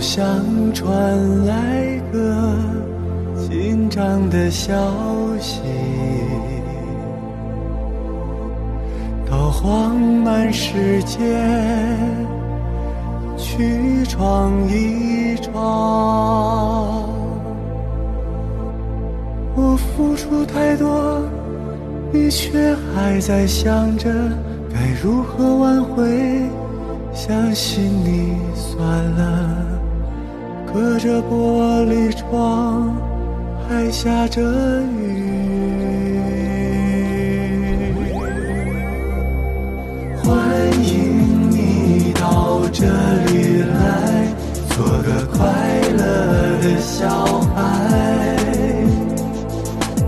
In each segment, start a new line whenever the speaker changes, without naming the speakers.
上传来个紧张的消息，到慌漫世界去闯一闯。我付出太多，你却还在想着该如何挽回。相信你算了，隔着玻璃窗还下着雨。欢迎你到这里来，做个快乐的小孩，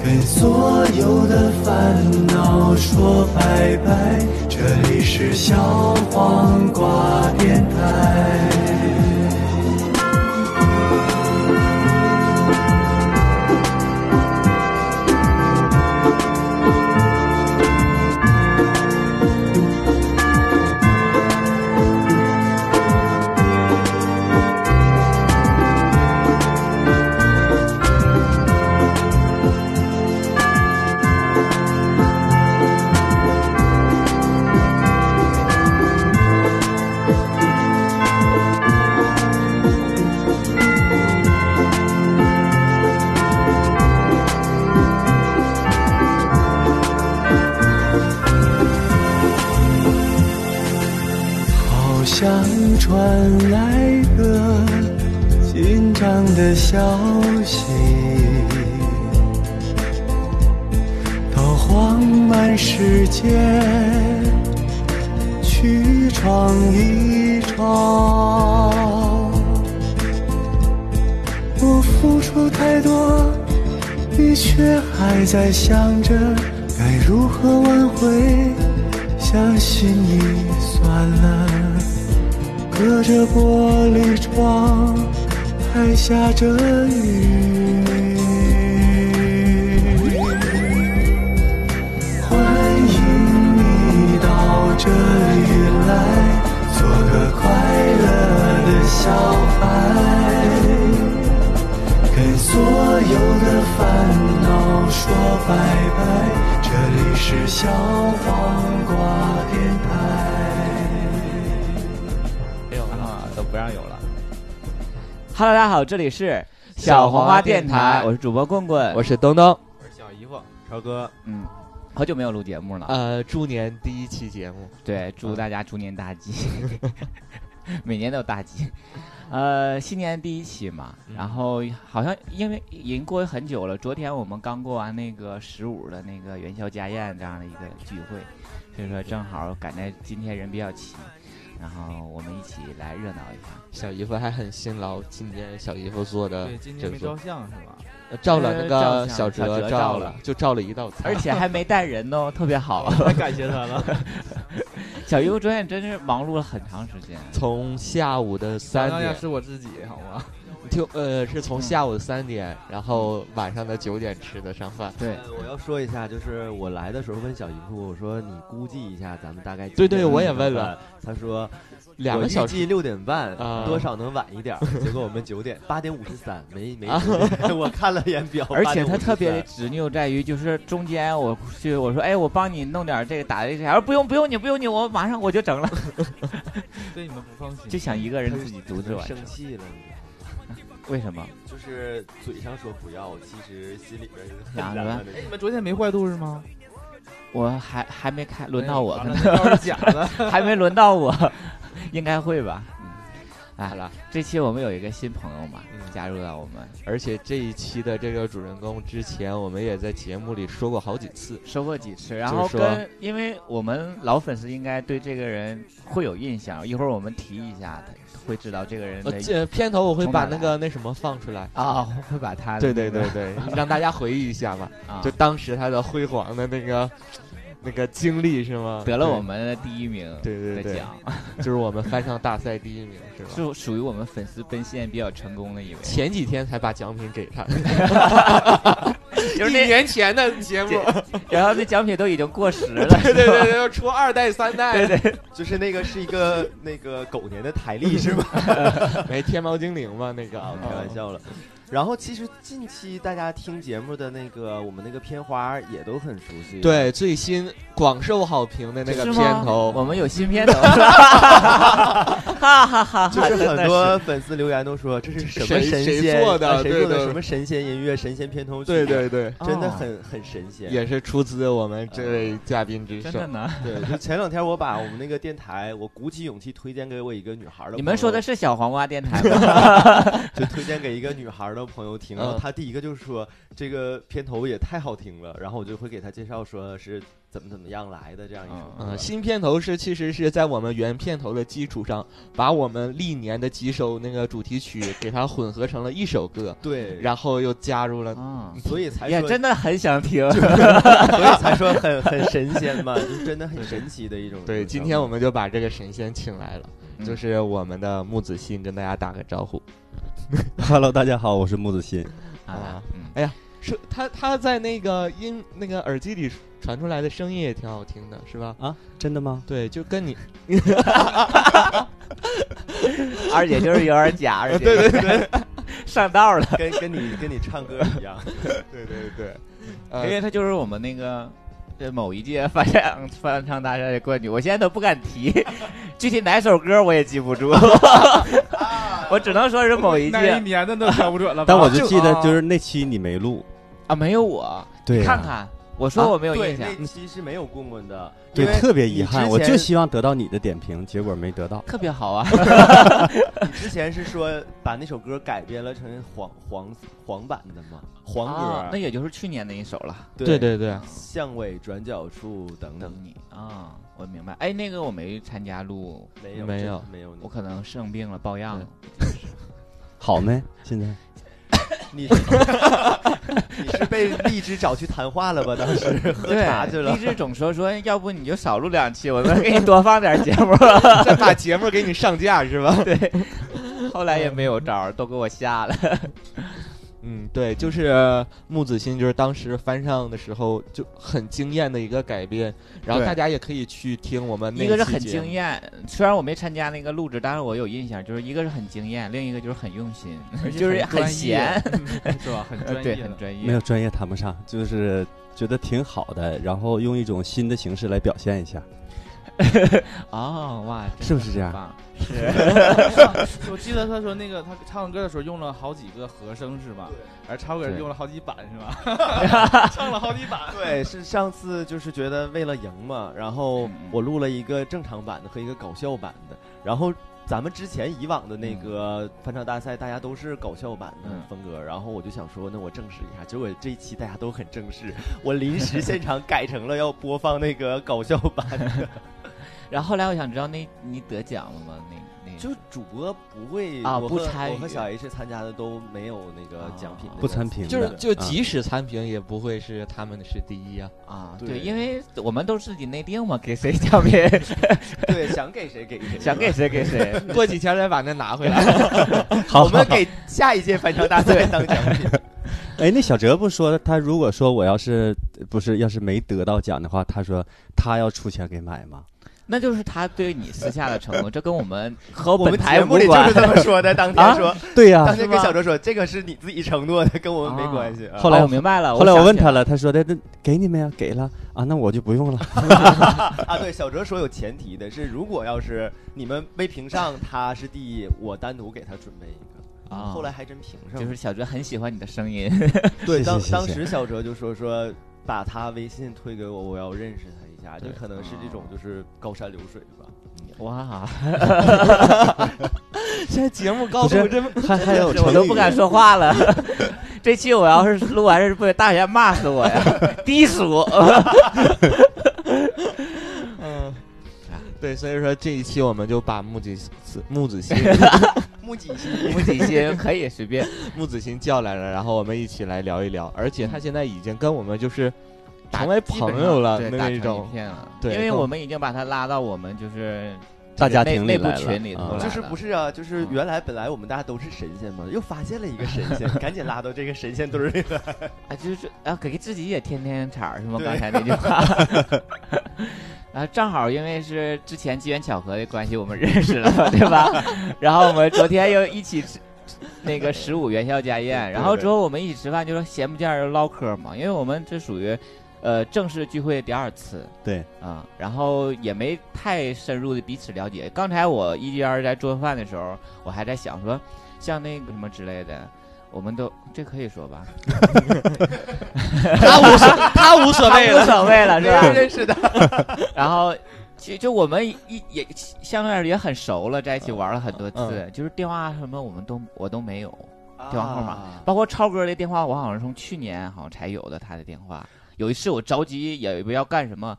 跟所有的烦恼说拜拜。这里是小黄瓜电台。好像传来个紧张的消息，到荒蛮世界去闯一闯。我付出太多，你却还在想着该如何挽回。相信你算了，隔着玻璃窗还下着雨。欢迎你到这里来，做个快乐的小孩。跟所有的烦恼说拜拜。这里是小黄瓜电台。
没有了，都不让有了。
Hello，大家好，这里是
小
黄
黄
瓜
瓜
电
电台
我是主播棍棍，
我是东东。
我是小姨夫，超哥，
嗯，好久没有录节目了，
啊
呃，猪年第一期节目，
对，祝大家猪年大吉， 每年都有大吉。呃，新年第一期嘛，
嗯
然后好像因为已经过很久了，昨天我们刚过完那个十五的那个元宵家宴这样的一个聚会，所以说正好赶在今天人比较齐，然后我们一起来热闹一下。
小姨夫还很辛劳。今天小姨夫做的
对，今天
整
没
个
照相是吧？
呃照了那
呃照
个
相
小
小哲
哲
照
照
了
了，就照了一道菜，
而且还没带人 哦，特别好。
太感谢他了。
小优昨天真是忙碌了很长时间，
从下午的三
当然
点
是我自己，好吗？
听，呃，是从
嗯
下午三点，然后晚上的九点吃的上饭。
对，
呃我要说一下，就是我来的时候问小姨夫，我说你估计一下咱们大概几
对对
点能
我也
吃
问
饭
了，
他说
两
我
个小
预计
时，
六点半
啊，
多少能晚一 点儿，结果我们九点八点五十三，没没时间， 我看了眼表，
而且
8:53
他特别执拗在于，就是中间我去我说，哎，我帮你弄点这个打的这个，而不用不用你不用你，我马上我就整了，
对你们不放心，
就想一个人自己独自完成
生。气了，你知道吗
为什么？
就是嘴上说不要，其实心里边就是很
两个
燃了
哎，
那
你
种。
们昨天没坏肚子吗？
我还还没开，轮到我，
哎
可
完
能
了那都是假的。
还没轮到我， 应该会吧。嗯，
好
哎
了，
这期我们有一个新朋友嘛，
嗯
加入到我们，
而且这一期的这个主人公，之前我们也在节目里说过好几次，
说过几次，然后
就是说
跟因为我们老粉丝应该对这个人会有印象，一会儿我们提一下，他会知道这个人
呃
的，
这片头我会
从
把
哪
那个那什么放出 来。
啊，会把他
对对对对， 让大家回忆一下嘛。
啊
就当时他的辉煌的那个那个经历是吗？
得了我们的第一名
对对
的
对
奖，
对，就是我们翻唱大赛第一名是吧？
是属于我们 粉丝奔现比较成功的一位。
前几天才把奖品给他，
就是
一
那，
年前的节目，
然后那奖品都已经过时了，
对对对，要出二代三代，
对对，
就是那个是一个那个狗年的台历是 吧？
没天猫精灵嘛那个哦
哦
啊，我开玩笑了。然后其实近期大家听节目的那个我们那个片花也都很熟悉，，
对，最新广受好评的那个
是
片
吗
头，
我们有新片头了，哈哈哈哈！
就是
真的
很多粉丝留言都说这是什么
谁
神仙
谁做的
啊谁做
对
的
对
什么神仙音乐、神仙片头曲，啊
对对对，
真的
哦
很很神仙。
也是出自我们这位嘉宾之
真
手
的。呢。
对，就前两天我把我们那个电台，我鼓起勇气推荐给我一个女孩的朋友，
你们说的是小黄瓜电台吗？
就推荐给一个女孩的朋友听，
嗯
然后她第一个就是说这个片头也太好听了，然后我就会给她介绍说是怎么怎么样来的这样一首歌
嗯，新片头是其实是在我们原片头的基础上，把我们历年的几首那个主题曲给它混合成了一首歌，
对，
然后又加入了
嗯，
所以才
也
说，
真的很想听。
所以才说很很神仙嘛，就是真的很神奇的一种。
对，今天我们就把这个神仙请来了，
嗯
就是我们的木子欣，跟大家打个招呼。
Hello，大家好，我是木子欣。
啊，嗯，
是他他在那个音那个耳机里传出来的声音也挺好听的，是吧？
啊
真的吗？
对，就跟你
二姐就是有点假，二姐对对对， 上道了，
跟跟你跟你唱歌 一样，
对对对，
哎
因为
呃，
她就是我们那个。呃某一届翻唱翻唱大赛的冠军，我现在都不敢提， 具体哪首歌我也记不住，我只能说是某一
那一
届
年的都挑不准了吧。
但我就记得
啊
就是那期你没录，
啊，没有我，
对、啊
看，看，我说我没有
啊对，
印象，
那期是没有棍棍的，
对
因为，
特别遗
你
憾，
之
我
前
就希望得到你的点评，结果没得到。
特别好啊，
你之前是说把那首歌改编了成黄黄黄版的嘛，黄歌，
啊那也就是去年那一首了。
对
对对，
巷尾转角处等
等
等，
你啊，我明白。哎，那个我没参加录，
没有
没
真
有
的没有你
我可能生病了，抱恙了。
好没？现在
你你是被荔枝找去谈话了吧？当时喝茶去
对，
了
励，志总说说，要不你就少录两期，我们给你多放点节目。
再把节目给你上架是吧？
后来也没有招儿，都给我下了。
嗯，对，就是木子欣，就是当时翻唱的时候就很惊艳的一个改编，然后
对
大家也可以去听我们那
一个是
期
很
节目
惊，艳，虽然我没参加那个录制，但是我有印象，就是一个是很惊艳，另一个就是很用心，就是很闲，，
是吧？很专业
呃对，
的，
很专
没
业
有。专业谈不上，就是觉得挺好的，然后用一种新的形式来表现一下，
哦，哇，真
是不
的
是这
很
样？
棒？是，
我记得他说那个他唱歌的时候用了好几个和声是吧？而超哥
对
用了好几版是吧？唱了好几版。
对，是上次就是觉得为了赢嘛，然后
嗯嗯
我录了一个正常版的和一个搞笑版的，然后。咱们之前以往的那个翻唱大赛，大家都是搞笑版的
嗯
风格，然后我就想说，那我正式一下。结果这一期大家都很正式，我临时现场改成了要播放那个搞笑版 的，
然后后来我想知道那你得奖了吗？那那
就是主播不会
啊
我
不
和
参
我和
与
小 H 参加的都没有那个奖品的
啊
那
不
个
参评的，
就是就
啊
即使参评也不会是他们的是第 一啊。
啊，
对
对，因为我们都是自己内定嘛，给谁奖品，
对，想给谁给谁，
想给谁给谁。
过几天再把那拿回来。
好
我们给下一届翻唱大赛当奖品。
哎，那小哲不说他如果说我要是不是要是没得到奖的话，他说他要出钱给买吗？
那就是他对你私下的承诺，这跟我们和
我
本
们
台
节目
无
里就
关
是。这么说的，当
啊
天说，
对 呀、
当天跟
是吗
小周说，这个是你自己承诺的，跟我们没关系。啊
后来
哦我明白了，
后来我
想
问
起来
他，了，他说的那给你们呀，给了啊，那我就不用了。
啊，对，小哲说有前提的是，如果要是你们没评上，他是第一，我单独给他准备一个。
啊
后来还真评上
就
嗯
了。
是小哲很喜欢你的 声音，
对，
谢谢
当
谢谢
当时小哲就说说把他微信推给我，我要认识他一下，就
对
可能是这
啊
种就是高山流水 吧。
哇，
现在节目高
不是
度这么
还还有
我
成
都
语
不敢说 话了。这期我要是录完是不是大家骂死我呀？低俗，
嗯， 对，所以说这一期我们就把木子木子 欣
木槿心，
不底薪可以随便。
木子欣叫来了，然后我们一起来聊一聊。而且他
嗯
现在已经跟我们就是
打
成为朋友了
对，
那
打
那
成
种
一。片了。
对
因为
跟我
我们已经把他拉到我们就是
大家
内
庭
内
里
部
来
群里
了
头
啊
来
就是不
了
是啊？就是原来本来我们大家都是神仙嘛，又发现了一个神 仙，赶紧拉到这个神仙堆儿里了。
啊，就是啊，给自己也添添茬儿是吗？
对
刚才那句话。啊，正好因为是之前机缘巧合的关系，我们认识了嘛，对吧？ 然后我们昨天又一起吃那个十五元宵家宴，然后之后我们一起吃饭，就说闲不见儿就唠嗑嘛，因为我们这属于呃正式聚会第二次，
对
啊、然后也没太深入的彼此了解。刚才我一家儿在做饭的时候，我还在想说，像那个什么之类的，我们都这可以说吧？
他无所他无所谓
啊无
了，
所谓 了，是吧？
认识的，
然后其实就我们一也相对而言也很熟了，在一起玩了很多次，
嗯
就是电话什么我们都我都没有，
电
电话号码
啊
包括超哥的电话，我好像是从去年好像才有的他的电话。有一次我着急也不知道干什么，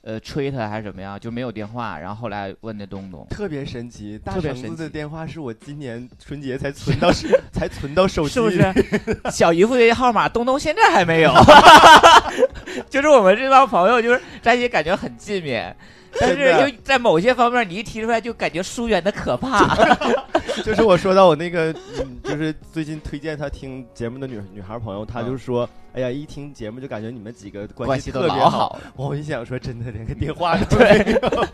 呃，催他还是怎么样，就没有电话。然后后来问的东东，
特别神奇，大
特别
橙
神
子的
奇
电话是我今年春节才 存到手，才存到手机，
是不是？ 小姨夫的号码东东现在还没有，就是我们这帮朋友就是在一起感觉很近面，但
真的
是又在某些方面你一提出来就感觉疏远的可怕。
就是我说到我那个，嗯就是最近推荐他听节目的女女孩朋友，她就说：“哎呀，一听节目就感觉你们几个
嗯关
系
系
特
都
别
老
好。
好，
我一想说，真的连个电话 都没有
对，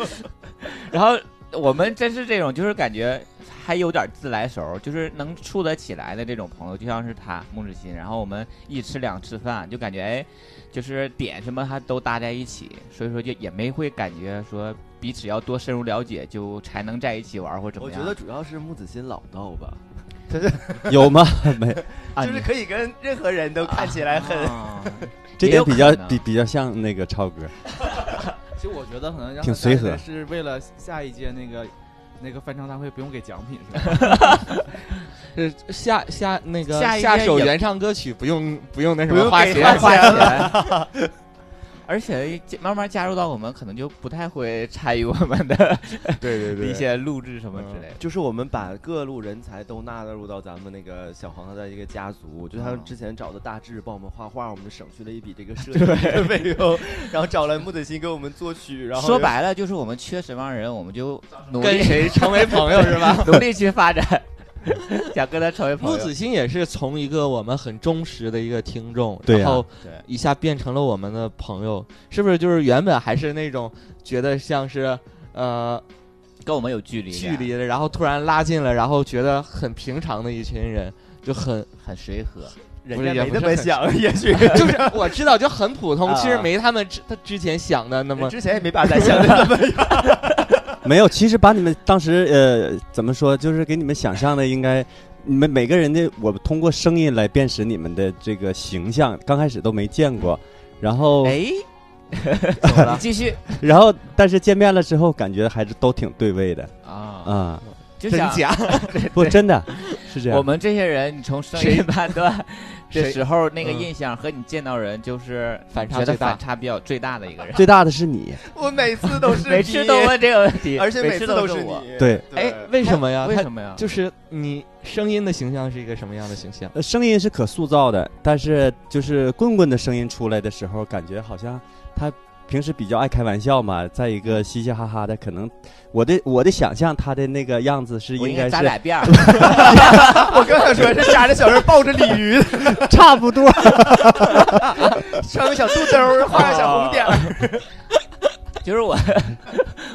然后我们真是这种，就是感觉还有点自来熟，就是能处得起来的这种朋友，就像是他穆志新，然后我们一吃两次饭，就感觉哎，就是点什么他都搭在一起，所以说就也没会感觉说彼此要多深入了解，就才能在一起玩或者怎
我
么
觉
样。
得主要是木子欣老道吧，
有吗？没，
啊，
就是
你
可以跟任何人都看起来很。
啊
这
也
点
有
比
可
较
能
比比较像那个 超哥，
其实我觉得可能让
挺
他
随
带
和
来是为了下一届那个那个翻唱大会不用给奖品是吧？
是 下下那个
下一
下
页
首
也
原唱歌曲不用不用那什
不
么
用
花
给
钱
花
花
钱
钱。 而且慢慢加入到我们，可能就不太会参与我们的
对对嗯
一些录制什么之类的。
就是我们把各路人才都纳入到咱们那个小黄的一个家族，就像之前找的大志帮我们画画，我们省去了一笔这个设计的费用，然后找来木子欣给我们作曲，然后
说白了就是我们缺什么样的人，我们就努
跟
力
谁成为朋友 是吧？
努力去发展，想跟他成为朋
木
友。
子欣也是从一个我们很忠实的一个听众，
对呀
然后
对
一下变成了我们的朋友，是不是？就是原本还是那种觉得像是呃
跟我们有距离感，
距离啊的，然后突然拉近了，然后觉得很平常的一群人，就很
很随和。
人
不
家
是也
没
不
那
是
么
很
想，也许
就是 我知道就很普通，
啊
其实没他们之他之前想的那么
之前也没把咱想的那么
没有。其实把你们当时呃怎么说，就是给你们想象的应该。你们每个人的，我通过声音来辨识你们的这个形象，刚开始都没见过，然后，
哎，
怎么
你
了。
继续
然后，但是见面了之后，感觉还是都挺对味的
啊，
啊、
就
真
想
假？
不，真的是这样。
我们这些人，你从声音
谁
判断的
谁
时候，那个
嗯
印象和你见到人就是
反差
觉得
最大
反差比较最大的一个人。
最大的是你，
我每次都是
每次都
你，
问这个问题，
而且
每
次
都
是
我。
你。
对，
哎，为什么呀？
为
他
什么呀？
就是你声音的形象是一个什么样的形象？
呃声音是可塑造的，但是就是棍棍的声音出来的时候，感觉好像他平时比较爱开玩笑嘛，在一个嘻嘻哈哈的，可能我的我的想象他的那个样子是
我
应
应
该
该扎
是呃
俩辫 儿，
我刚想说，是扎着小人抱着鲤鱼，
差不多，
穿个小肚兜儿，画个小红点儿。
啊就是我，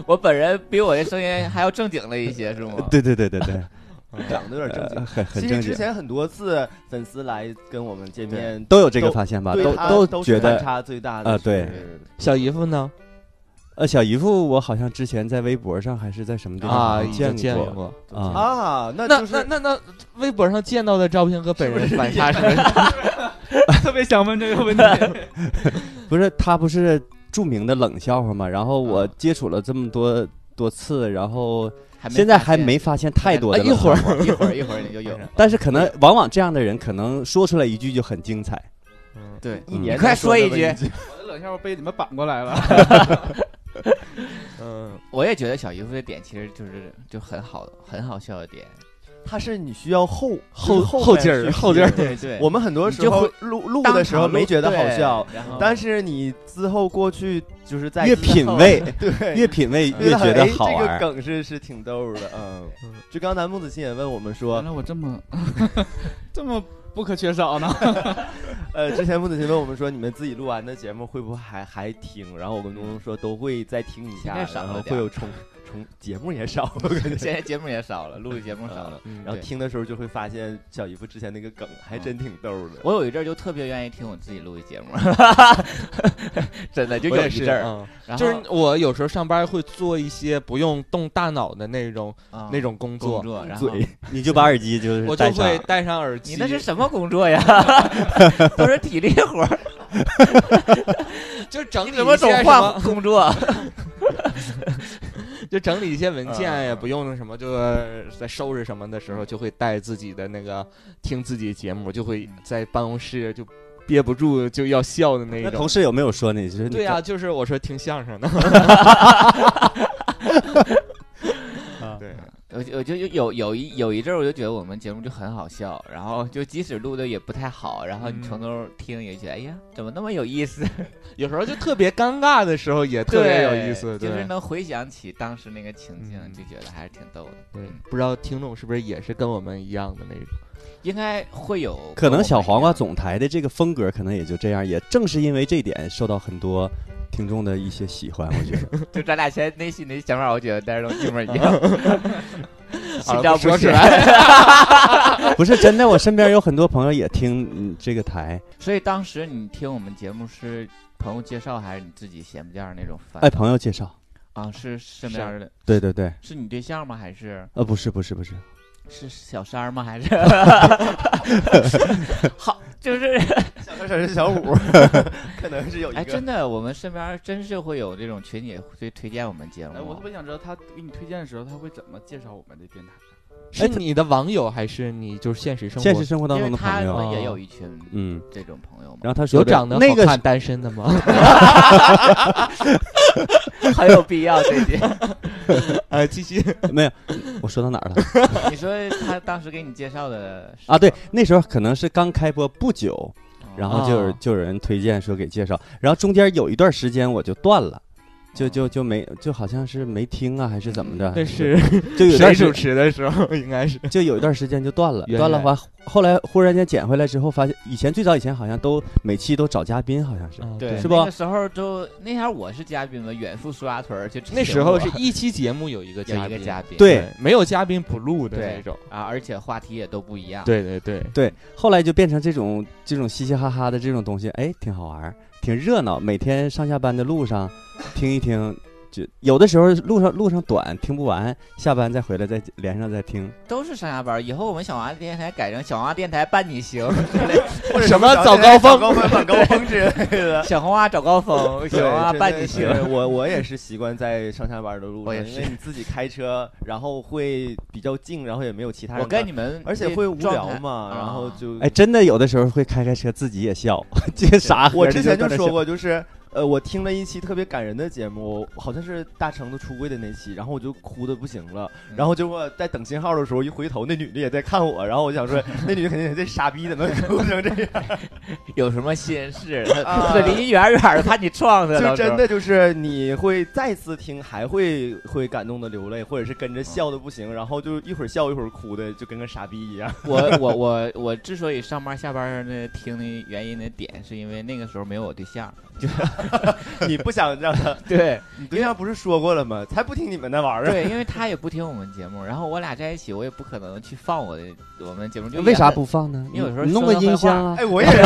我本人比我的声音还要正经了一些，是吗？
对对对对对，
长得有点正经
呃、。很
其
很
实
正
之
经，
前很多次粉丝来跟我们见面，
都有这个发现吧？
对
都
他
都
是
觉
反
得，
差最大的
啊
是
对
小姨夫呢？
呃，小姨夫，我好像之前在微博上还是在什么地
啊，
方
已经见
过
过。
啊，
啊，那
那
就是
那那那，微博上见到的照片和本人反差是
特别想问这个 问题，
不是他不是著名的冷笑话嘛？然后我
啊
接触了这么多多次，然后
还没
现在
发
还
现
没发现太多
啊
哎
的
一
冷
会
笑
儿
话。
一会儿一会儿你就 有了。
但是可能往往这样的人，可能说出来一句就很精彩。
嗯
对，
一
嗯
年
你快
才
说
那
一
么
句
句，
我的冷笑话被你们绑过来了。
嗯，
我也觉得小姨夫的点其实就是就很好很好笑的点，
它是你需要后
后
后
后
半
劲儿
去
后劲儿
听
对对，
我们很多
你
时
就
候
会
录录
当
的时候
场
没
录
觉得好
对
笑，
然后
但是你之后过去就是在
嗯越
之后
品味
对
越品味
对
越觉得
哎
好玩
这个
儿。
梗是是挺逗的，嗯。就刚才孟子欣也问我们说
嗯
原，来我这 么这么不可缺少呢。
呃，之前孟子欣问我们说，你们自己录完的节目会不会还还听？然后我跟东东说都会再听一
现
下，
在少
然后
了
会
点儿
有重重节目也少，我感觉。
现在节目也少了，录的节目少了。
嗯
然后
对
听的时候就会发现小姨夫之前那个梗
嗯
还真挺逗的。
我有一阵儿就特别愿意听我自己录的节目，真的就
我
有
也
一
是，
阵儿，
嗯
然后
就是我有时候上班会做一些不用动大脑的那种
啊
那种工
工
作，
作，然后
嘴
你就把耳机就是
我就
戴上
会，戴上耳机。
你那是什么工作呀？ 都是体力活儿，
就整理
你
一
怎么
些
总
什
换
么，
工作？
就整理一些文件，
嗯
也不用那什么，就是在收拾什么的时候，就会带自己的那个听自己节目，就会在办公室就憋不住就要笑的那一
那
种
同。事有没有说你？就是你
对呀、啊就是我说听相声的，
嗯
对，
我就我就有有一有一阵儿，我就觉得我们节目就很好笑，然后就即使录的也不太好，然后你
嗯
从头听也觉得，哎呀，怎么那么有意思？
有时候就特别尴尬的时候也 特别有意思，
就
对，
是能回想起当时那个情境，
嗯
就觉得还是挺逗的。嗯
对，不知道听众是不是也是跟我们一样的那种。
应该会有跟我们一样，
可能小黄瓜总台的这个风格可能也就这样，也正是因为这点受到很多听众的一些喜欢，我觉得。
就咱俩现在内心的想法，我觉得大家都一模一 样，心照
说
不
起
宣。
来，
不是真的，我身边有很多朋友也听嗯这个台。
所以当时你听我们节目是朋友介绍，还是你自己闲不见那种翻？
哎，朋友介绍，
啊，是身边的，
对对对，
是你对象吗？还是
呃，不是不是不是，
是小三儿吗？还是 好，就是
小小是小 五，可能是有一
哎，
个
真的，我们身边真是会有这种群体会推荐我们节目。啊
哎，我特别想知道他给你推荐的时候，他会怎么介绍我们的电台？
是你的网友还是你就是哎现实生活？
现实生活当
因
中
为
的
他
朋友，啊
们
哦
也有一群
嗯，
这种朋友嘛，
然后他说
有
的
长得
那
好
个
看单身的吗？
很有必要最近。
啊，继续。
没有，我说到哪儿了？
你说他当时给你介绍的是嗯
啊，对，那时候可能是刚开播不久，然后就有
哦
就有人推荐说给介绍，然后中间有一段时间我就断了。
嗯
就就就没就好像是没听啊，还是怎么的？
哦那是
就有
谁
一段
主
时
持的时候应该是
就有一段时间就断了，
原
断了
来
话，后来忽然间捡回来之后，发现以前最早以前好像都每期都找嘉宾，好像是
啊
对
是不
那个时候就那天我是嘉宾嘛，远赴苏家屯儿就只
那
有
时候
我
是一期节目有一个
有
嘉
一
宾，
个嘉宾
对，
没有嘉宾不录的
对
那种。
啊，而且话题也都不一样。
对对对，
对，后来就变成这种这种嘻嘻哈哈的这种东西，哎，挺好玩儿，挺热闹。每天上下班的路上听一听，就有的时候路上路上短听不完，下班再回来再连上再听。
都是上下班儿。以后我们小王电台改成小王电台伴你 行之类的，
或者
什么
小
早高峰
早高峰、晚高峰之类的。
小红花找高峰，小
对，
红花
啊
真
伴
的
你
是
行。
我我也是习惯在上下班的路
我也
上，因为你自己开车，然后会比较静，然后也没有其他人。
我跟你，们，
而且会无聊。嘛，
啊
然后就
哎，真的有的时候会开开车自己也笑， 这个傻呵
我
儿
之前
在
就
那
说
笑，
过，就是呃，我听了一期特别感人的节目，好像是大橙子出柜的那期，然后我就哭的不行了。
嗯
然后结果在等信号的时候，一回头那女的也在看我，然后我想 说，那女的肯定这傻逼怎么哭成这样？
有什么心 事，
啊
他离你远远的，怕你撞他。
就
到时候
真的就是你会再次听，还会会感动的流泪，或者是跟着笑的不行，然后就一会儿笑一会儿哭的，就跟个傻逼一样。
我我我我之所以上班下班的听的原因的点，是因为那个时候没有我对象。
你不想让他，
对
你对象不是说过了吗？才不听你们那玩意儿。
对，因为他也不听我们节目，然后我俩在一起，我也不可能去放我的我们节目。就
为啥
也
不放呢？
因为有时候
你弄
说
个
到坏
音
话
箱啊，
哎，我也是，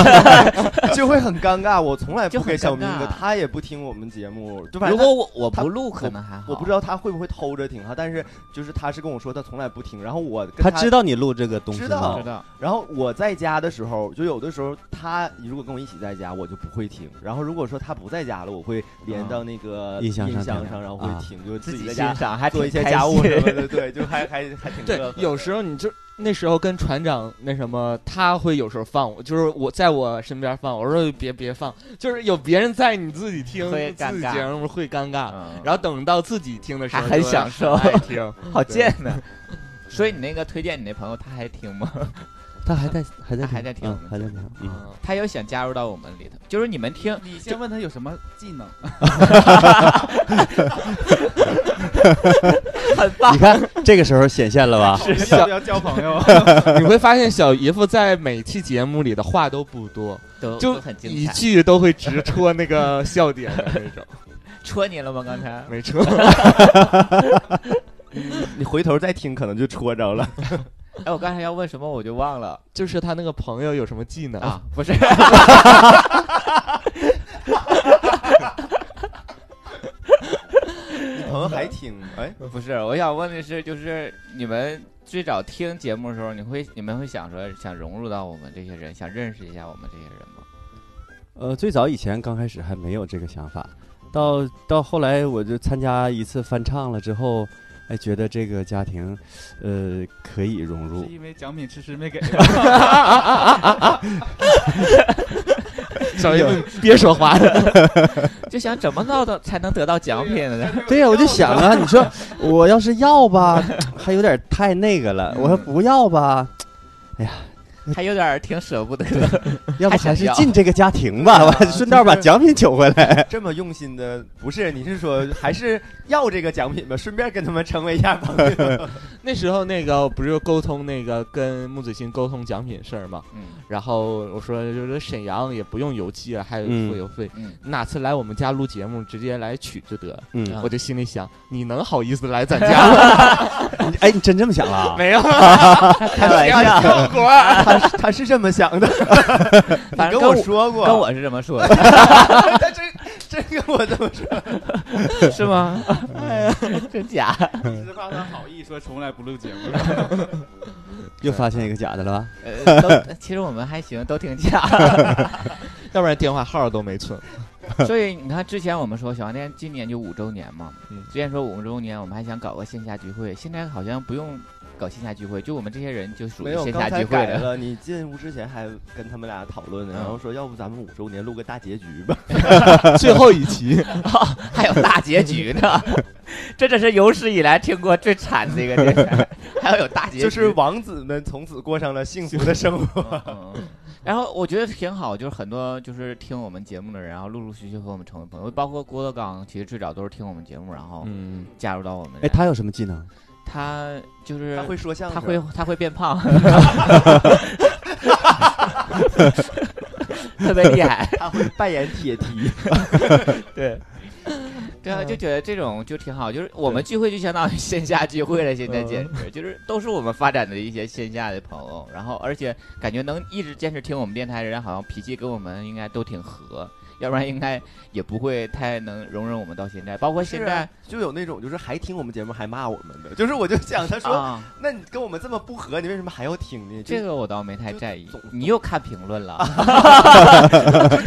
就会很尴尬。我从来
就
不
很
给小明
尴
哥，
尬
他也不听我们节目，对
啊
吧？
很？如果我我
他
不录，可能还好。
我不知道他会不会偷着听哈，但是就是他是跟我说他从来不听，然后我跟
他知道你录这个东西
知
吗
道
知道。
然后我在家的时候，就有的时候他如果跟我一起在家，我就不会听。然后如果说他不在家了，我会连到那个
啊音
箱
箱上
上，
听
然后会
啊
听，就
自
己
己
在
欣
家
赏，还
做一
挺
些
开
家务
心
什么的，对，就还还还挺
对
乐呵，
有时候你就那时候跟船长那什么，他会有时候放我，就是我在我身边放，我说别别放，就是有别人在，你自己听
会
自己
尴尬
节目会尴尬，
嗯
然后等到自己听的时候
还很
就会
享受
很爱听，
好贱呢。所以你那个推荐你那朋友，他还听吗？
他还在还在
他还在听
嗯还在听，嗯
嗯
他有想加入到我们里头，就是你们听，
你先问他有什么技 能，
你看这个时候显现了吧？
要不要交朋友？
你会发现小姨夫在每期节目里的话都不多，
都
就
都很精
一
彩。
句都会直戳那个笑点的那种，
戳你了吗？刚才
没错。
你回头再听，可能就戳着了。
哎，我刚才要问什么我就忘了
就是他那个朋友有什么技能
啊？，不是，
你朋友还听？哎，
不是，我想问的是，就是你们最早听节目的时候，你会你们会想说想融入到我们这些人，想认识一下我们这些人吗？
呃，最早以前刚开始还没有这个想法，到到后来我就参加一次翻唱了之后，哎，觉得这个家庭，呃，可以融入
是。因为奖品迟迟没 给吧，
小姨夫 别说话了，
就想怎么闹到才能得到奖品呢？
对呀、我就想啊，你说我要是要吧，还有点太那个
嗯
了；我说不要吧，
还有点儿挺舍不得。
要不
还
还
想
是
要
进这个家庭吧，我 顺道把奖品取回来。
啊这么用心的，不是？你是说还是要这个奖品吧？顺便跟他们成为一下朋友。
那时候那个不是沟通那个跟木子欣沟通奖品事儿嘛，
嗯
然后我说就是沈阳也不用邮寄了，还有
嗯
付邮费，
嗯，
哪次来我们家录节目直接来取就得了。
嗯，
我就心里想，你能好意思来咱家 吗？
哎，你真这么想了？
没有，
开玩笑，
效果。
他是 他是这么想的，
反
你
正
跟
跟
我
我
说过，
跟我是这么 说的，
他真真跟我这么 说，
是吗？哎呀，真 假？
只怕他好意说从来不录节目。
又发现一个假的了吧？
呃，都其实我们还行，都挺假。
要不然电话号都没存。
所以你看，之前我们说小黄店今年就五周年嘛，
嗯
之前说五周年，我们还想搞个线下聚会，现在好像不用搞线下聚会，就我们这些人就属
没
于
有
线
刚
下
才
聚会
改
了。
了。你进屋之前还跟他们俩讨
嗯
论呢，然后说要不咱们五周年录个大结局吧？
最后一 期，
还有大结局 呢，这真是有史以来听过最惨的一个电台，还要有大结局，
就是王子们从此过上了幸福的生 活。
嗯嗯然后我觉得挺好，就是很多就是听我们节目的人，然后陆陆续续和我们成为朋友，包括郭德纲，其实最早都是听我们节目，然后
嗯，
加入到我们。
哎，他有什么技能？
他就是
他会说相
他
声，
会他会变 胖，特别厉害。
他会扮演铁蹄，
对，
对啊，就觉得这种就挺好，就是我们聚会就相当于线下聚会了，现在简直就是都是我们发展的一些线下的朋友，然后而且感觉能一直坚持听我们电台的人，好像脾气跟我们应该都挺合，要不然应该也不会太能容忍我们到现在，包括现在
就有那种就是还听我们节目还骂我们的，就是我就想他说，
啊，
那你跟我们这么不合，你为什么还要听呢？
这
个
个我倒没太在意
就总。
你又看评论 了，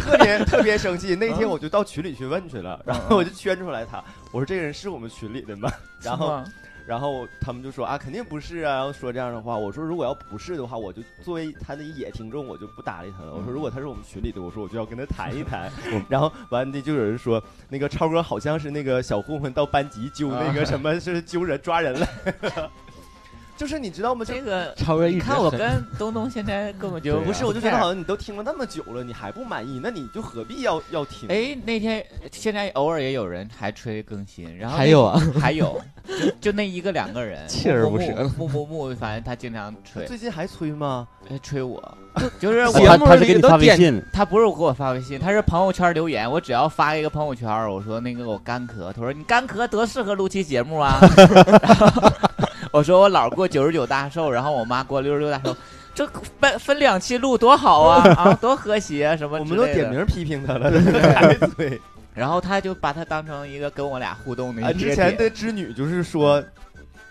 特别特别生 气。那天
嗯
我就到群里去问去了，然后我就圈出来他，我说这个人是我们群里的吗？然后
是吗
然后他们就说啊，肯定不是啊，然后说这样的话。我说如果要不是的话，我就作为他的野听众，我就不搭理
嗯
他了。我说如果他是我们群里的，我说我就要跟他谈一谈。然后完的就有人说，那个超哥好像是那个小混混到班级揪那个什么，是揪人抓人了。 就是你知道吗？就
这个
超哥一
你
直
看我
很
跟东东现在根本就
对啊
不是，我就觉
care
得好像你都听了那么久了，你还不满意，那你就何必要要听？
哎，那天现在偶尔也有人还催更新，然后
还有啊，
那还有，就就那一个两个 人，
锲而不舍了
木木木，反正他经常催
最近还催吗？
哎催 我，就是
节
啊他
我
目
他是
里
给你
都
发微
点
信，
他不是给我发微信，他是朋友圈留言，我只要发一个朋友圈，我说那个我干咳，他说你干咳多适合录期节目啊， 然后我说我姥过九十九大寿，然后我妈过六十六大寿。这分分两期录多好啊 啊，多和谐啊什么
我
之
们
类的
都点名批评他了， 还催。
然后他就把他当成一个跟我俩互动的一
啊，
个
之前
点
的织女就是说，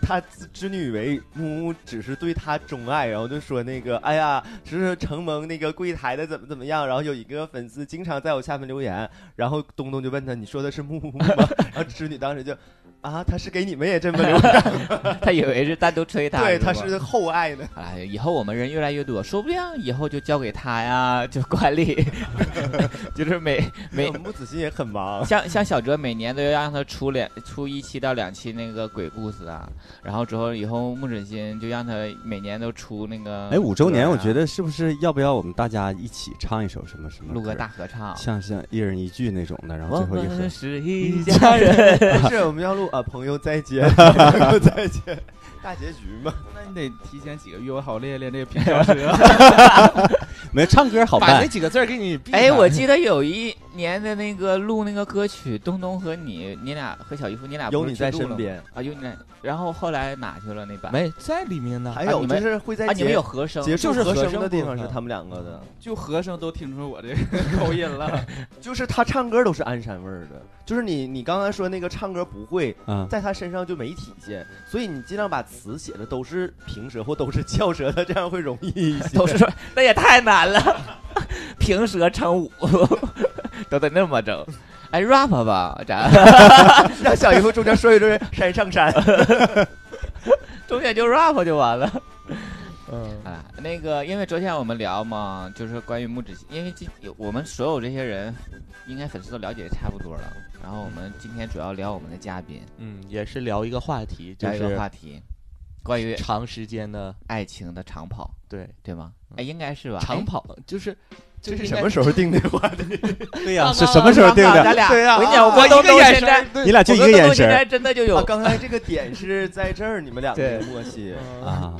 她自织女以为木木只是对她钟爱，然后就说那个，哎呀，是承蒙那个柜台的怎么怎么样，然后有一个粉丝 经常在我下面留言，然后东东就问他，你说的是木木吗？然后织女当时就。啊，他是给你们也这么留 着，
他以为是单独吹他，
对，他
吧
是厚爱呢。
哎，以后我们人越来越多，说不定以后就交给他呀，就管理， 就是每 每
木子欣也很忙，
像像小哲每年都要让他出两出一期到两期那个鬼故事啊，然后之后以后木准心就让他每年都出那个、
哎，五周年，
啊
我觉得是不是要不要我们大家一起唱一首什么什么
录个
歌
大合唱，
像像一人一句那种的，然后
我
最后一
们
合
是一家人，
是我们要录啊，朋友再见，朋友再见，大结局嘛。
那你得提前几个月，我好练练这个平翘舌。啊
没有唱歌好
把
办
那，几个字儿给你避
哎，
开
我记得有一年的那个录那个歌曲，东东和你，你俩和小姨夫，你俩不是
有你
去
在
录
身
了吗
边，
啊，有你在，然后后来哪去了那版？
没在里面呢。
还
啊
有
你
就
们
是会在
啊，你们
结
有和声，啊
结束
就是
和
和
声
声
的地
部
方是
分
他们两个的，
就和声都听出我这 个口音了，
就是他唱歌都是鞍山味儿的，就是你你刚刚说那个唱歌不会，
嗯，
在他身上就没体现，所以你尽量把词写的都是平舌或都是翘舌的，这样会容易一些。
都 是说那也太难了， 平舌乘五都得那么整。哎，rap 吧， 咱
让小姨夫中间说一句“山上山
中间就 rap 就完了。
嗯，
啊，那个，因为昨天我们聊嘛，就是关于木子，因为今我们所有这些人，应该粉丝都了解得差不多了。然后我们今天主要聊我们的嘉宾，
嗯，也是聊一个话题，就
聊一个
是
话题，关于
长时间的
爱情的长跑，
对
对吗？哎，应该是吧。
嗯长跑，就是”，
这
就是是
什么时候定的 话题？
对
啊
呀，是什么时候定
咱
的？
俩，
对呀
我跟你讲，
啊
我东东现在，
神
你俩就一
我
个
跟东
眼
东现
神
在真的就有
啊，刚才这个点是在这儿，你们两个的默契，
嗯
啊。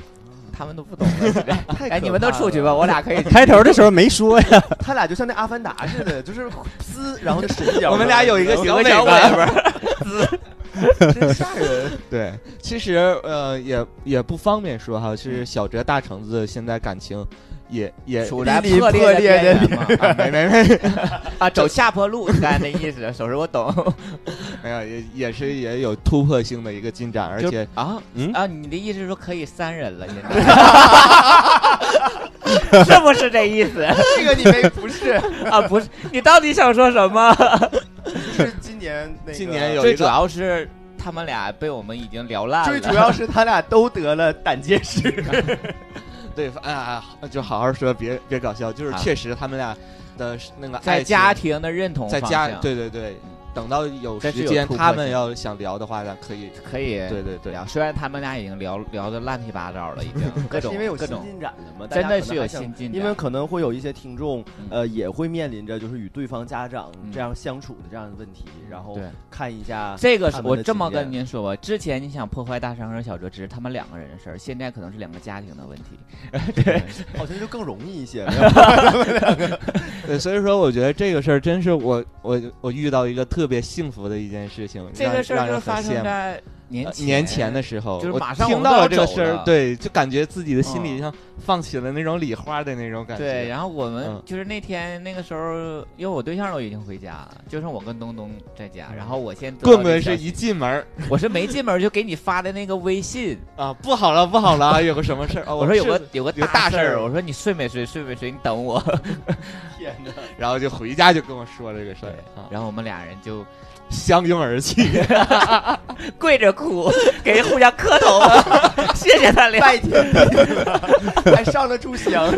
他们都不懂了现在。
太可怕 了
哎，你们都出去吧，。我俩可 以。
开头的时候没说哎呀，
他俩就像那阿凡达似的，就是呲，然后就神 脚。
我们俩有一个
有个
尾
小尾
巴
巴，
真吓人。
对，其实呃也也不方便说哈，是小哲大橙子现在感情也也
处在
濒临
破
破
裂
裂的
边 缘嘛，啊
没没没
啊，走下坡路，大概那意思。手势我懂，
没有也也是也有突破性的一个进展，而
就
且
啊
嗯
啊，你的意思是说可以三人了，现在 是不是这意思
这个你没不是，
啊？不是，你到底想说什么？
是今年那个。
今年有
最
一
主
个
要是他们俩被我们已经聊烂了，
最主要是他俩都得了胆结石。
对啊，就好好说，别别搞笑，就是
啊
确实他们俩的那个爱
在
情
家庭的认同
在
方
家
向
对对对
嗯，
等到有
这是
时
有
间
突破
他们
性
要想聊的话，咱可以
可以
对对对
聊，虽然他们俩已经聊聊的乱七八糟了，已 经各
但是
种
因为有
各
新
种，
进展了嘛，大
真
家
的
可
是
能
有
还想
新进展，
因为可能会有一些听众，
嗯
呃，也会面临着就是与对方家长
嗯
这样相处的这样的问题，然后
对。
看一
哦
下，
这个是
他们
我
的
这么
经验
跟您说吧，之前你想破坏大商和小哲，只是他们两个人的事儿，现在可能是两个家庭的问题。
好像就更容易一些了。
对，所以说我觉得这个事儿真是我我我遇到一个特别幸福的一件事情，
这个
让
事儿
让
就
人
是发
很
生
羡慕。
在年
呃
前
年前的时候，
就是
我
马上我
听
们都
到
要
了这个
走
事儿
了，
对，就感觉自己的心
嗯
里像放起了那种礼花的那种感觉。
对，然后我们
嗯
就是那天那个时候，因为我对象都已经回家了，就剩我跟东东在家。然后我先得到
棍
这个
棍
消
是
息，
一进门儿
我是没进门就给你发的那个微信，
啊，不好了，不好了啊，有个什么事儿啊？
我说有
是
个有个
有大
事
事
儿，
儿
我说你睡没睡，睡没睡，你等我。
天哪！
然后就回家就跟我说这个事
对
儿，啊，
然后我们俩人就
相拥而泣。
跪着哭， 给人互相磕 头，谢谢他俩。
拜天地，还上了炷香。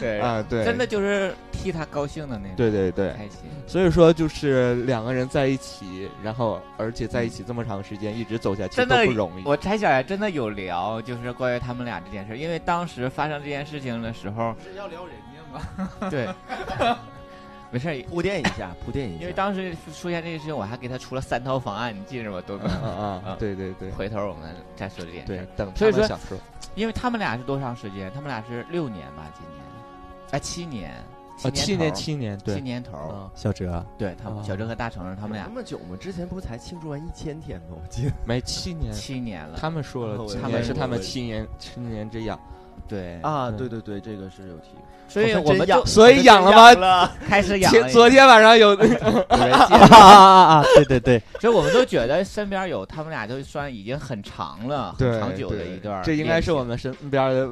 对
啊，对，
真的，哎就是替他高兴的那种，
对对对。
开心。
所以说，就是两个人在一起，然后而且在一起这么长时间，一直走下去
真
都
的
不容易。
我猜想真的有聊，就是关于他们俩这件事，因为当时发生这件事情的时候，
要聊人家吗？
对，没事儿，
铺垫一下，铺垫一
因为
下。
当时出现这个事情，我还给他出了三套方案，你记着吗？多哥，
啊啊
啊，
对对对
回头我们再说这件事
对。，等
所以
他们
说
享受。
因为他们俩是多长时间？他们俩是六年吧，今年，哎，七年，
啊，七年
头
七年，
七
对，
年头儿，
啊，
小哲，
对他们
啊
小哲和大成他们
有
俩
那么久吗？之前不是才庆祝完一千天吗？我记得。
没七年。
七年了，
他们说了，今
他
们
年是他们
说
七年七年之痒，
对，
啊，对
对
对对，这个是有提。
所以我们就
所以痒了吗？
了，
开始养
前昨天晚上有
啊啊啊啊！对对对，
所以我们都觉得身边有他们俩，就算已经很长了，很
对
长久的
对
一段儿恋情。
这应该是我们身边的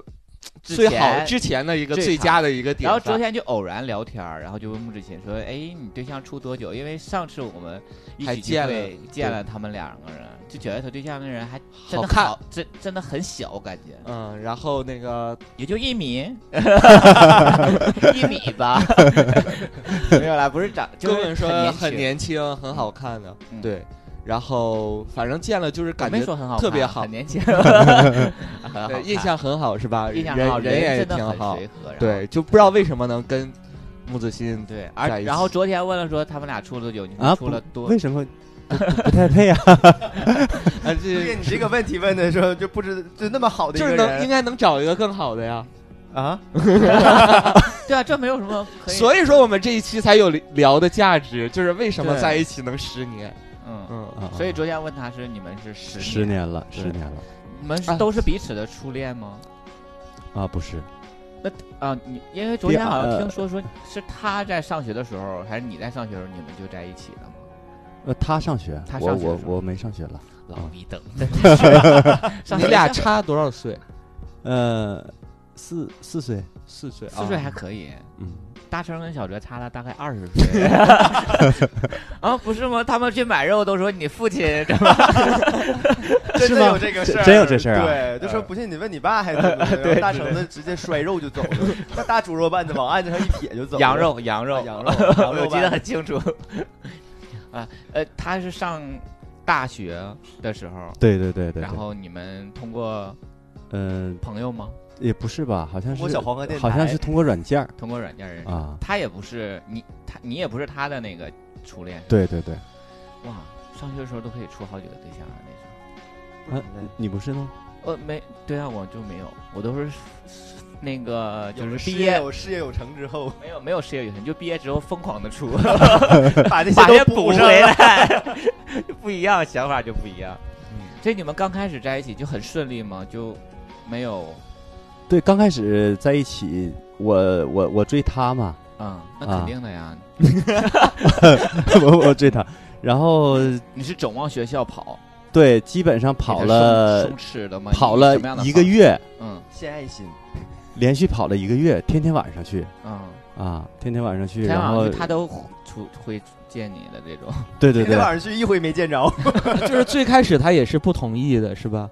之
最好
前
之前的一个
最
最佳的一个典
然后
范。
昨天就偶然聊天儿，然后就问穆志勤说：“哎，你对象处多久？”因为上次我们一
还
起聚
见
会
了
见了他们两个人，就觉得他对象那人还真
好
的
看
好，真真的很小，我感觉
嗯，然后那个
也就 一米，一米吧，没有啦，不是长，就
哥
是
们说
很
很
年
年轻，很好看的，
嗯
对。然后反正见了就是
轻，我
感
没
觉
说很好看啊，
特别好
很年轻，很 好
对
看
印象很好是吧？
印象
人
很好，
也
真的
挺
很
好
随，和，然后
对，就不知道为什么能跟木子欣
对，
在
而
一起
然后昨天问了说他们俩处了多久，你
啊
说处
不
了多
为什么不不太配啊？
啊，
对
这
你这个问题问的时候就不知就那么好的一
就
个
是能应
人
该能找一个更好的呀。
啊，
对啊，这没有什么可以，
所以说我们这一期才有聊的价值，就是为什么
对
在一起能十年。
嗯。
嗯，
啊
所以昨天问他是你们是十
十
年，
年了，
对
十年了
你们是
啊
都是彼此的初恋吗？
啊，不是，
啊，你因为昨天好
第
像
二
听
呃
说说是他在上学的时候，还是你在上学的时候，你们就在一起了吗？
呃，他上学，
他
我
上学
我
是吧
我没上学了，
老
啊
逼等，真的是
嗯
上
你
学
俩
上
差多少岁？
呃，四四岁，
四岁啊，
四岁还可以，
嗯，
大成跟小哲差了大概二十岁。 啊，不是吗？他们去买肉都说你父亲怎么？
真的
吗
有这个事儿，
真有这事儿啊
对，就说不信你问你爸还是怎么的。然后大橙子直接摔肉就走了，那大猪肉瓣子往案子上一撇就走了。
羊肉，羊
啊，
肉，
羊肉，羊
我
肉
记得
瓣
很清楚。啊，呃，他是上大学的时候，
对对对对
然
对，
后你们通过
嗯，
朋友吗？
也不是吧，好像
通过
是
小黄河电台
好像是通过软件儿
通过软件认识的？
啊，
他也不是你，他你也不是他的那个初恋。
对对对，
哇，上学的时候都可以处好几个对象啊，那时候。
啊，你不是吗？
呃，没，对啊，我就没有，我都是那个就
有
是
了事
毕
业
业
有事业有成之后，
没有没有事业有成，就毕业之后疯狂的处，
把这
把
些
人
都补
补
上
回
了。
来， 不一样，想法就不一样。所以嗯你们刚开始在一起就很顺利吗？就没有，
对，刚开始在一起，我我我追他 嘛，
嗯，那
啊
肯定的呀。
我我追他，然后
你是总往学校跑，
对，基本上跑
给他
了
松松弛的吗？
跑
你
了
什么样的
一个
跑，
月，
嗯
献爱心，
连续跑了一个月，天天晚上去
嗯，
啊，天天晚上去，
天
然后
晚上他都出会见你的这种。
对对
今
对
天晚上去一回没见着，
就是最开始他也是不同意的，是吧？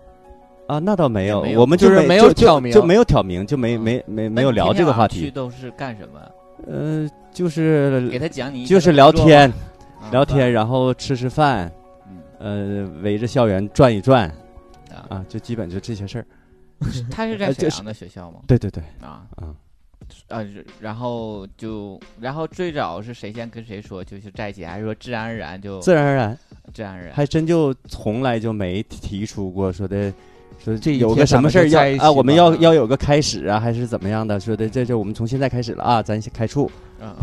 啊，那倒没有，
也没有
我们
就是
没
没有
就
挑明
就没有挑明，就没
嗯
没 没
那
没有
你
聊
天
这
天
个话
晚上去
题，
都是干什么？
呃，就
给
是
他讲你以前
就是
的
聊
工作
天
吗，
聊
啊
天，然后吃吃饭，
嗯
呃，围着校园转一转
啊，
啊，就基本就这些事儿。
嗯他是在
呃
沈
就是
阳的学校吗？
对对对，
啊
嗯
啊，然后就然后最早是谁先跟谁说就是在一起，还是说自然而然就
自然而然，
自然而然？
还真就从来就没提出过说的。说
这一
有
天
个什
咱
么
们
事儿
就在一
要啊，
起
我们
吧
要
啊
要有个开始啊，还是怎么样的？说的这就我们从现在开始了啊，咱先 开处，
嗯，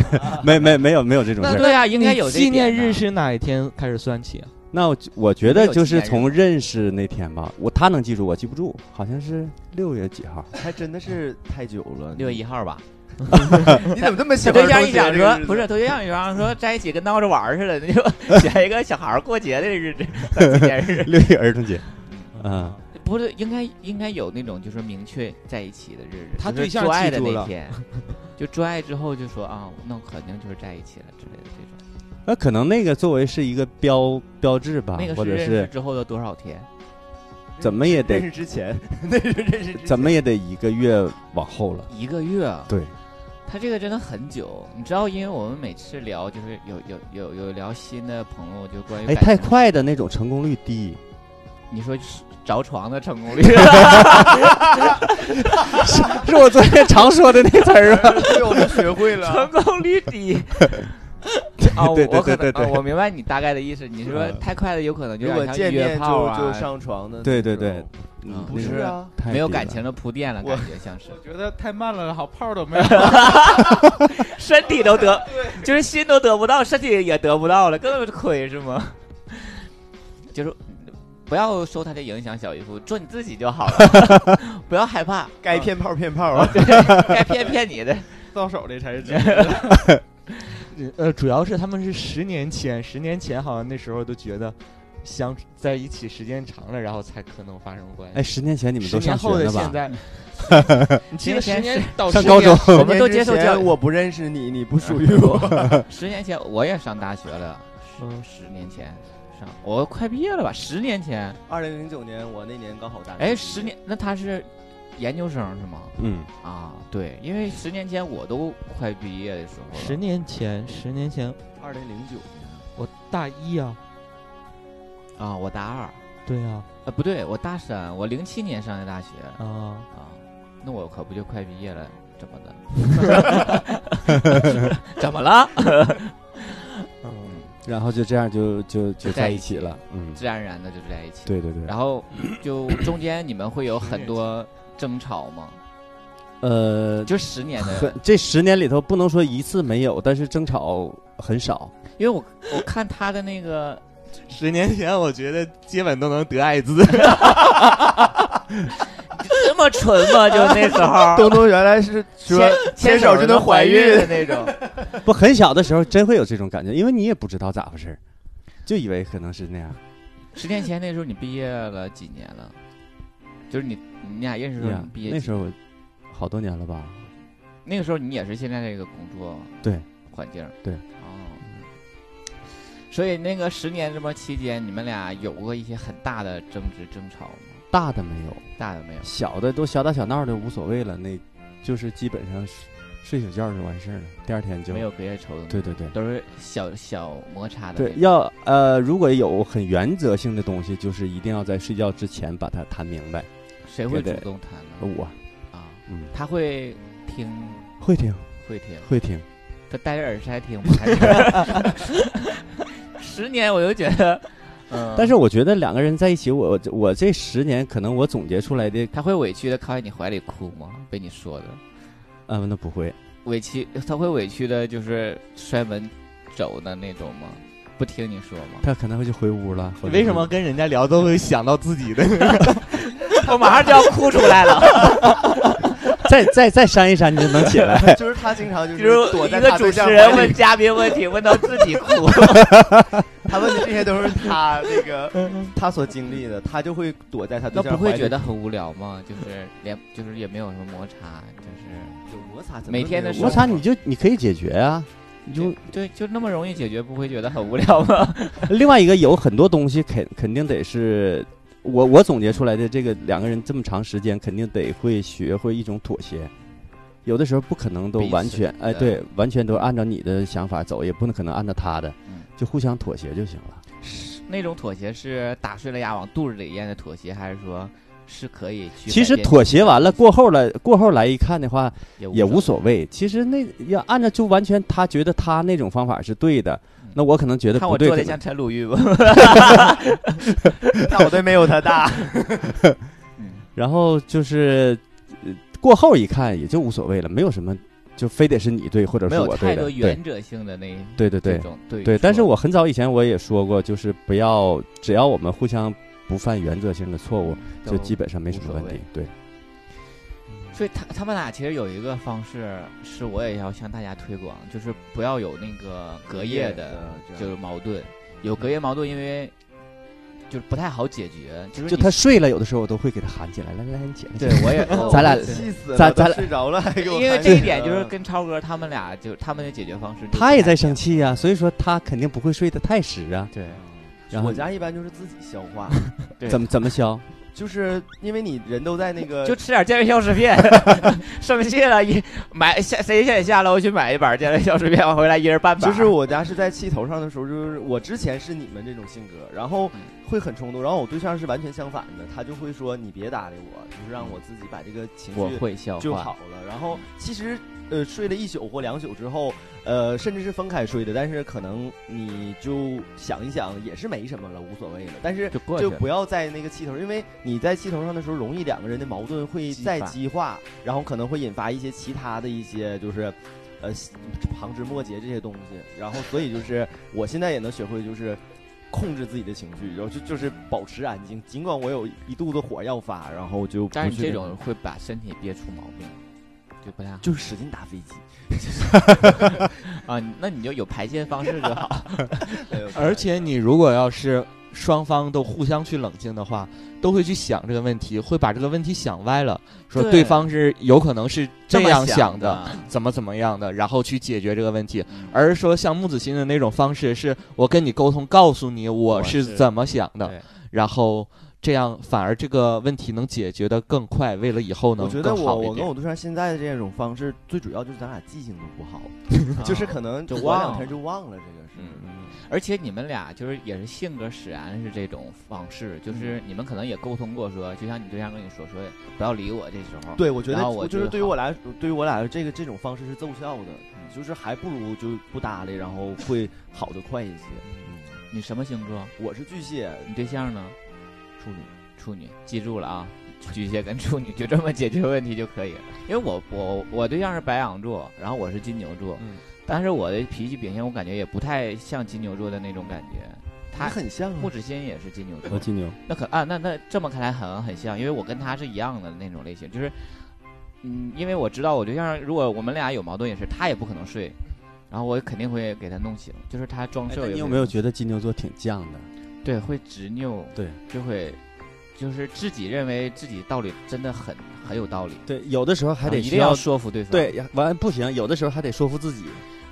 没没没有没有这种事儿。
对啊，应该有这
纪念
点
日
呢
是哪一天开始算起啊？
那我我觉
没
得
有
就
纪
是
念日
从
吗
认识那天吧，我他能记住，我记不住，好像是六月几号。
还真的是太久了。
六月一号吧。
你怎么这么喜
我
欢
对象一
过节
想
这个
说
日子，
不是，，对象一想说在一起跟闹着玩儿似的，那就选一个小孩儿过节的日子，纪念日。
六一儿童节，嗯，
不是，应该应该有那种就是明确在一起的日子，
他
就是
对象
做
记
爱的
住
那
了
天，就做爱之后就说啊，那肯定就是在一起了之类的这种。
那可能那个作为是一个标标志吧
那，个
或
是
者
认识
是
之后的多少天？
怎么也
认
得
识之前，那是认识之前
怎么也得一个月往后了。
一个月啊。
对，
他这个真的很久，你知道，因为我们每次聊就是有有有有聊新的朋友，就关于
哎，
感
太
情，
快的那种成功率低，
你说是着床的成 功率，
是我昨天常说的那词儿啊 吧？
被我们学会
成。
了
功率 低。啊，我
对对
我可
对
能
对
啊，我明白你大概的意思。你说
嗯
太快的，有可能就
如
有
果
点像
见
约
面
炮
就就
啊，
上床的，
对对对，，
嗯
不是啊，
太
没有
低
感
了
情的铺垫了，
我
感觉像是
我觉得太慢了，好泡都没有。
身体都 得，就是心都得不到，身体也得不到了，根本就亏是吗？就是不要受他的影响，小姨夫，做你自己就好了， 不要害怕，
该骗炮骗炮啊，
该 骗骗你的。
到手的才是真的。
呃，主要是他们是十年前，十年前好像那时候都觉得相处在一起时间长了，然后才可能发生关系。
哎，十年前你们
十
都上
年
学
后的
了
现
吧？
在，你记得
十
十
年前
年到
上
十
高
年
中
我
我们都接受教育。
我不认识你，你不属于我。
十年前我也上大学了，
嗯
十十年前上，我快毕业了吧？十年前，
二零零九年，我那年高考大学。
哎，十。年，那他是研究生是吗？
嗯，
啊，对，因为十年前我都快毕业的时候了，
十年前，十年前
二零零 九年，
我大一啊，
啊，我大二，
对啊，
呃，不对，我大三，我零七年上的大学
啊，
啊，那我可不就快毕业了，怎么的？ 怎么了？
嗯，
然后就这样就就就
在
在
一
一起
起
了。嗯，
自然而然的就在一起。
对对对。
然后就中间你们会有很多争吵吗？
呃，
就十年
很
的，
这十年里头不能说一次没有，但是争吵很少。
因为我我看他的那 个，
十年前，我觉得基本都能得艾滋。
这么蠢吗？就那时 候
东东原来是说
牵
牵手就能怀孕
的那种。
不，很小的时候真会有这种感觉，因为你也不知道咋回事儿，就以为可能是那样。
十年前那时候你毕业了几年了？就是你你俩认识的时候你毕业
那
几
时候我好多年了吧？
那个时候你也是现在这个工作
对
环境
对
哦。所以那个十年这么期间，你们俩有过一些很大的争执争吵吗？
大的没有，
大的没有？
小的都小打小闹的无所谓了，那就是基本上睡睡宿觉就完事儿了，第二天就
没有隔夜仇的吗？
对对对
都是小小摩擦的那
对
种。，
要呃，如果有很原则性的东西，就是一定要在睡觉之前把它谈明白。
谁会
给
主
的
动谈呢？
我
啊，
嗯，
他会听，
会听
会听，
会听，
他戴着耳塞听吗？还是 十年我就觉 得，嗯，
但是我觉得两个人在一起，我我这十年可能我总结出来的，
他会委屈的靠在你怀里哭吗？被你说的
嗯，那不会，
委屈，他会委屈的就是摔门走的那种吗？不听你说吗？
他可能会就回屋了。或者
为
是
什么跟人家聊都会想到自己的？
我马上就要哭出来 了。
再再再扇一扇你就能起来？
就是他经常就
比如
是躲
一
在
个
他
主
对
持
象
人
怀
问
里，
嘉宾问题，问到自己 哭。
他问的这些都是他那 个他所经历的，他就会躲在他
那
对象
不会
怀里
觉得很无聊吗？就是连就是也没有什么摩擦，就是
有摩擦？怎么
每天的
会有
摩
摩擦
擦你就你可以解决啊。你就
对就那么容易解决，不会觉得很无聊吗？
另外一个有很多东西肯肯定得是我我总结出来的，这个两个人这么长时间肯定得会学会一种妥协。有的时候不可能都
彼此
完全，哎，
的
对，完全都按照你的想法走，也不能可能按照他的，
嗯
就互相妥协就行了。
那种妥协是打碎了牙往肚子里咽的妥协，还是说是可以去？
其实妥协完了过后了，过后来一看的话，
也
也无
无谓
所谓。其实那要按照就完全他觉得他那种方法是对的，那我可能觉得
嗯看
不
我
对。
做
可
的
能
像陈鲁 豫不？
脑袋没有他 大，
然后就是、呃过后一看也就无所谓了，没有什么就非得是你对或者
没
是
有
我
太
对
多
的。
原则性的那
对对
这
对
种对
对对，但是
错
我很早以前我也说过，就是不要只要我们互相不犯原则性的错误，
都
就基本上没什
无
么
所
问
谓
题。对，
所以他他们俩其实有一个方式是我也要向大家推广，就是不要有那个隔夜的
隔夜的这样
就是矛盾，有隔夜矛盾因为就是不太好解决，就是
就
你
他睡了，有的时候我都会给他喊起来，来来来，你起来。
对 我也
咱俩
气死了，
咱咱
哦都睡着 了，还给我
因
嗯
为
喊
这一嗯
醒
点就是
了
跟超哥他们俩就他们的解决方式，
他也在生，气呀、所以说他肯定不会睡得太实啊。
对，
然后
我家一般就是自己消 化，
对
怎么怎么消？
就是因为你人都在那个
就吃点健胃消食 片，生气了一买下谁先下楼去买一板健胃消食片，回来一人半板，
就是我家是在气头上的时候，就是我之前是你们这种性格，然后
嗯
会很冲动，然后我对象是完全相反的，他就会说你别搭理我，就是让我自己把这个情
我
绪
会消
就
化。
好了。然后其实呃睡了一宿或两宿之后，呃甚至是分开睡的，但是可能你就想一想也是没什么了，无所谓了。但是
就过去
就
了，
不要在那个气头，因为你在气头上的时候，容易两个人的矛盾会再激化，然后可能会引发一些其他的一些就是，呃，旁枝末节这些东西。然后所以就是我现在也能学会就是控制自己的情绪，然后就就是保持安静，尽管我有一肚子火要发，然后就不
但是你
去
这种会把身体憋出毛病，就不太好。
就是使劲打飞机，
啊，那你就有排泄方式就好。
没有
而且你如果要是双方都互相去冷静的话，都会去想这个问题，会把这个问题想歪了，说
对
对方是有可能是这
么
样
想
的，，怎么怎么样的，然后去解决这个问题。而是说像木子欣的那种方式，是我跟你沟通，告诉你我是
是
怎么想的
对，
然后这样反而这个问题能解决的更快，为了以后能
我觉得
更
我
好一
我跟
点。
我对象现在的这种方式，最主要就是咱俩记性都不好，就是可能
啊就
隔
忘
两
了
天就忘了这个事。
嗯而且你们俩就是也是性格使然是这种方式，就是你们可能也沟通过说，就像你对象跟你说说不要理我，这时候
对，我觉
然
得
后我
就是
就
对于
好
我来，对于我俩这个这种方式是奏效的，嗯就是还不如就不搭理，然后 会好的快一些。
你什么星座？
我是巨蟹，
你对象呢？
处女，
处女，记住了啊，巨蟹跟处女就这么解决问题就可以了。因为我我我对象是白羊座，然后我是金牛座，
嗯
但是我的脾气秉性我感觉也不太像金牛座的那种感觉。他
你很像啊
木子欣也是金牛
我
座，
哦金牛，
那可啊那那这么看来很很像，因为我跟他是一样的那种类型，就是嗯，因为我知道我对象如果我们俩有矛盾也是，他也不可能睡。然后我肯定会给他弄醒，就是他装睡。
哎你有没有觉得金牛座挺犟的？
对，会执拗，
对，
就会就是自己认为自己道理真的很很有道理，
对，有的时候还
然后
得
啊一
需
定要
要
说服对方。，
对，完不行，有的时候还得说服自己。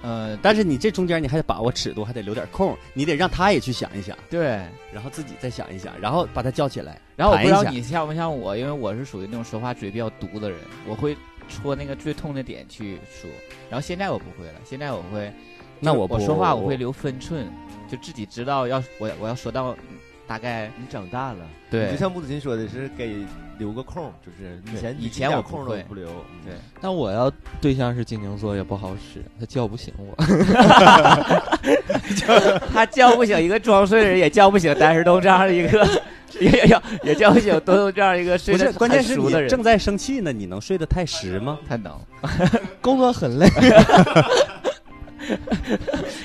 呃，
但是你这中间你还得把握尺度，还得留点空，你得让他也去想一想，
对。
然后自己再想一想，然后把他叫起来。
然后我不知道
谈一
你像不像我，因为我是属于那种说话嘴比较毒的人，我会戳那个最痛的点去说。然后现在我不会了，现在我会，
那
就是
我
我
不
说话
我
我会留分寸，就自己知道要我我要说到嗯大概
你长大了，
对
你就像木子欣说的是给留个空，就是以前
以
以
前我不
空都
会
不留，嗯
对
但我要对象是金牛座也不好使，他叫不醒 我。
他叫不醒一个装睡的人，也叫不醒单身东这样的一个， 也也也也叫不醒东东这样一个睡
不
得
是，关键是
很
你
熟的人。嗯
正在生气呢，你能睡得太实吗？
他能，
工作很累，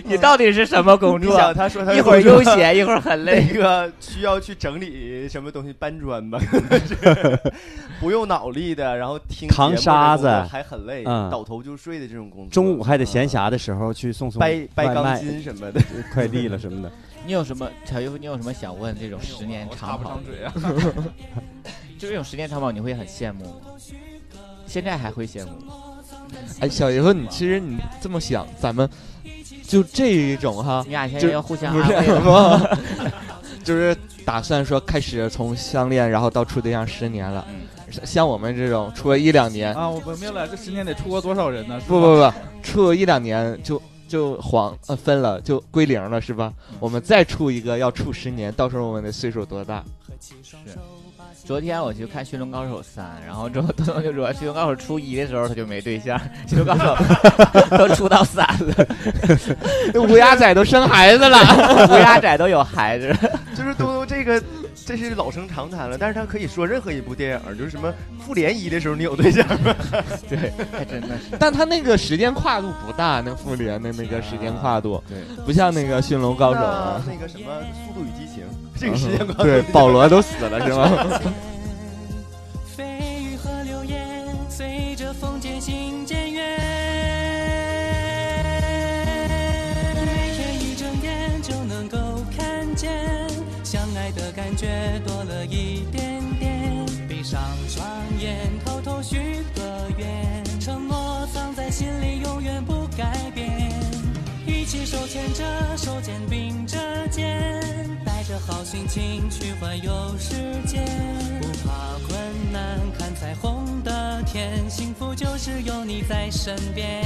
你到底是什么工
你
作？
想他说他
一会儿悠 闲，一会儿很累
那。个需要去整理什么东西搬砖吧， 不用脑力的，然后听
扛
节目的
沙
工作
子
还很累，
嗯
倒头就睡的这种工作，
中午还得闲
嗯
暇的时候去送送
掰掰
外
钢
卖、
筋什么的。
快递了什么的。
你有什么小姨夫？你有什么想问这种十年
插
长
不
跑
上？嘴啊！
就这种十年长跑，你会很羡慕吗？现在还会羡慕吗？
哎，小姨夫，你其实你这么想，咱们就这种 哈
你，俩现在
就
要互相
不
安
是
慰了吗。
不， 就是打算说开始从相恋，然后到处对象十年了。像我们这种处了一两年，
啊，我明白了，这十年得出国多少人呢？是
不
吧
不不，处一两年就就黄呃分了，就归零了是吧？我们再处一个要处十年，到时候我们的岁数多大？
昨天我去看《驯龙高手三》，然后之后东东就说，《驯龙高手》初一的时候他就没对象，《驯龙高手》 都出到三了，
那乌鸦仔都生孩子了，
乌鸦仔都有孩子。
就是东东这个，这是老生常谈了，但是他可以说任何一部电影，就是什么复联一的时候你有对象，
还真的是，
但他那个时间跨度不大，那复联的那个时间跨度，
对
不像那个驯龙高手
那
啊，嗯
那个什么《速度与激情》，这个时间观
对，保罗都死了是吗？
蜚语和流言随着风渐行渐远。一天一睁眼就能够看见，相爱的感觉多了一点点。闭上双眼，偷偷许个愿，承诺放在心里，永远不改变。一起手牵着手，肩并着肩，带着好心情去环游世界，不怕困难，看彩虹的天，幸福就是有你在身边。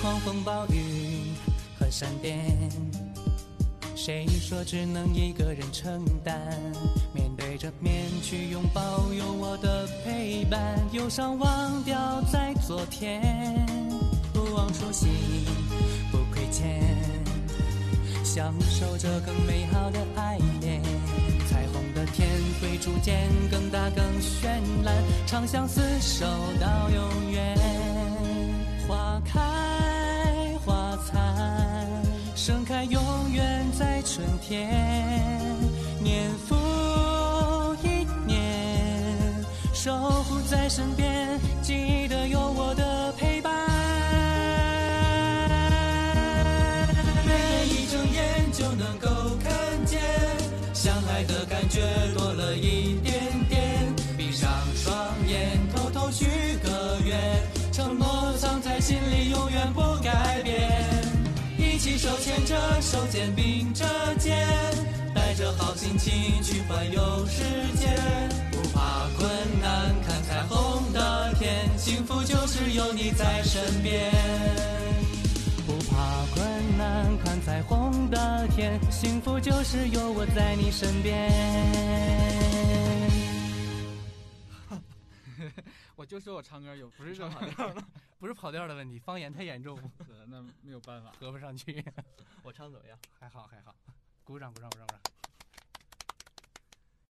狂风暴雨和闪电，谁说只能一个人承担？面对着面去拥抱有我的陪伴，忧伤忘掉在昨天，不忘初心，不亏欠，享受着更美好的爱恋。彩虹的
初见更大更绚烂，长相厮守到永远。花开花残，盛开永远在春天，年复一年，守护在身边，记得有我的陪伴。每一睁眼就能够看见，相爱的感觉多了一点点。闭上双眼，偷偷许个愿，承诺藏在心里，永远不改变。一起手牵着手，肩并着肩，带着好心情去环游世界，不怕困难，看彩虹的天，幸福就是有你在身边。不怕困难，看彩虹的天，幸福就是有我在你身边。
我就说我唱歌有不是
这跑
调了，
不是跑调的问题，方言太严重，
那没有办法。
合不上去。我唱怎么样？还好还好，鼓掌鼓掌鼓掌鼓掌。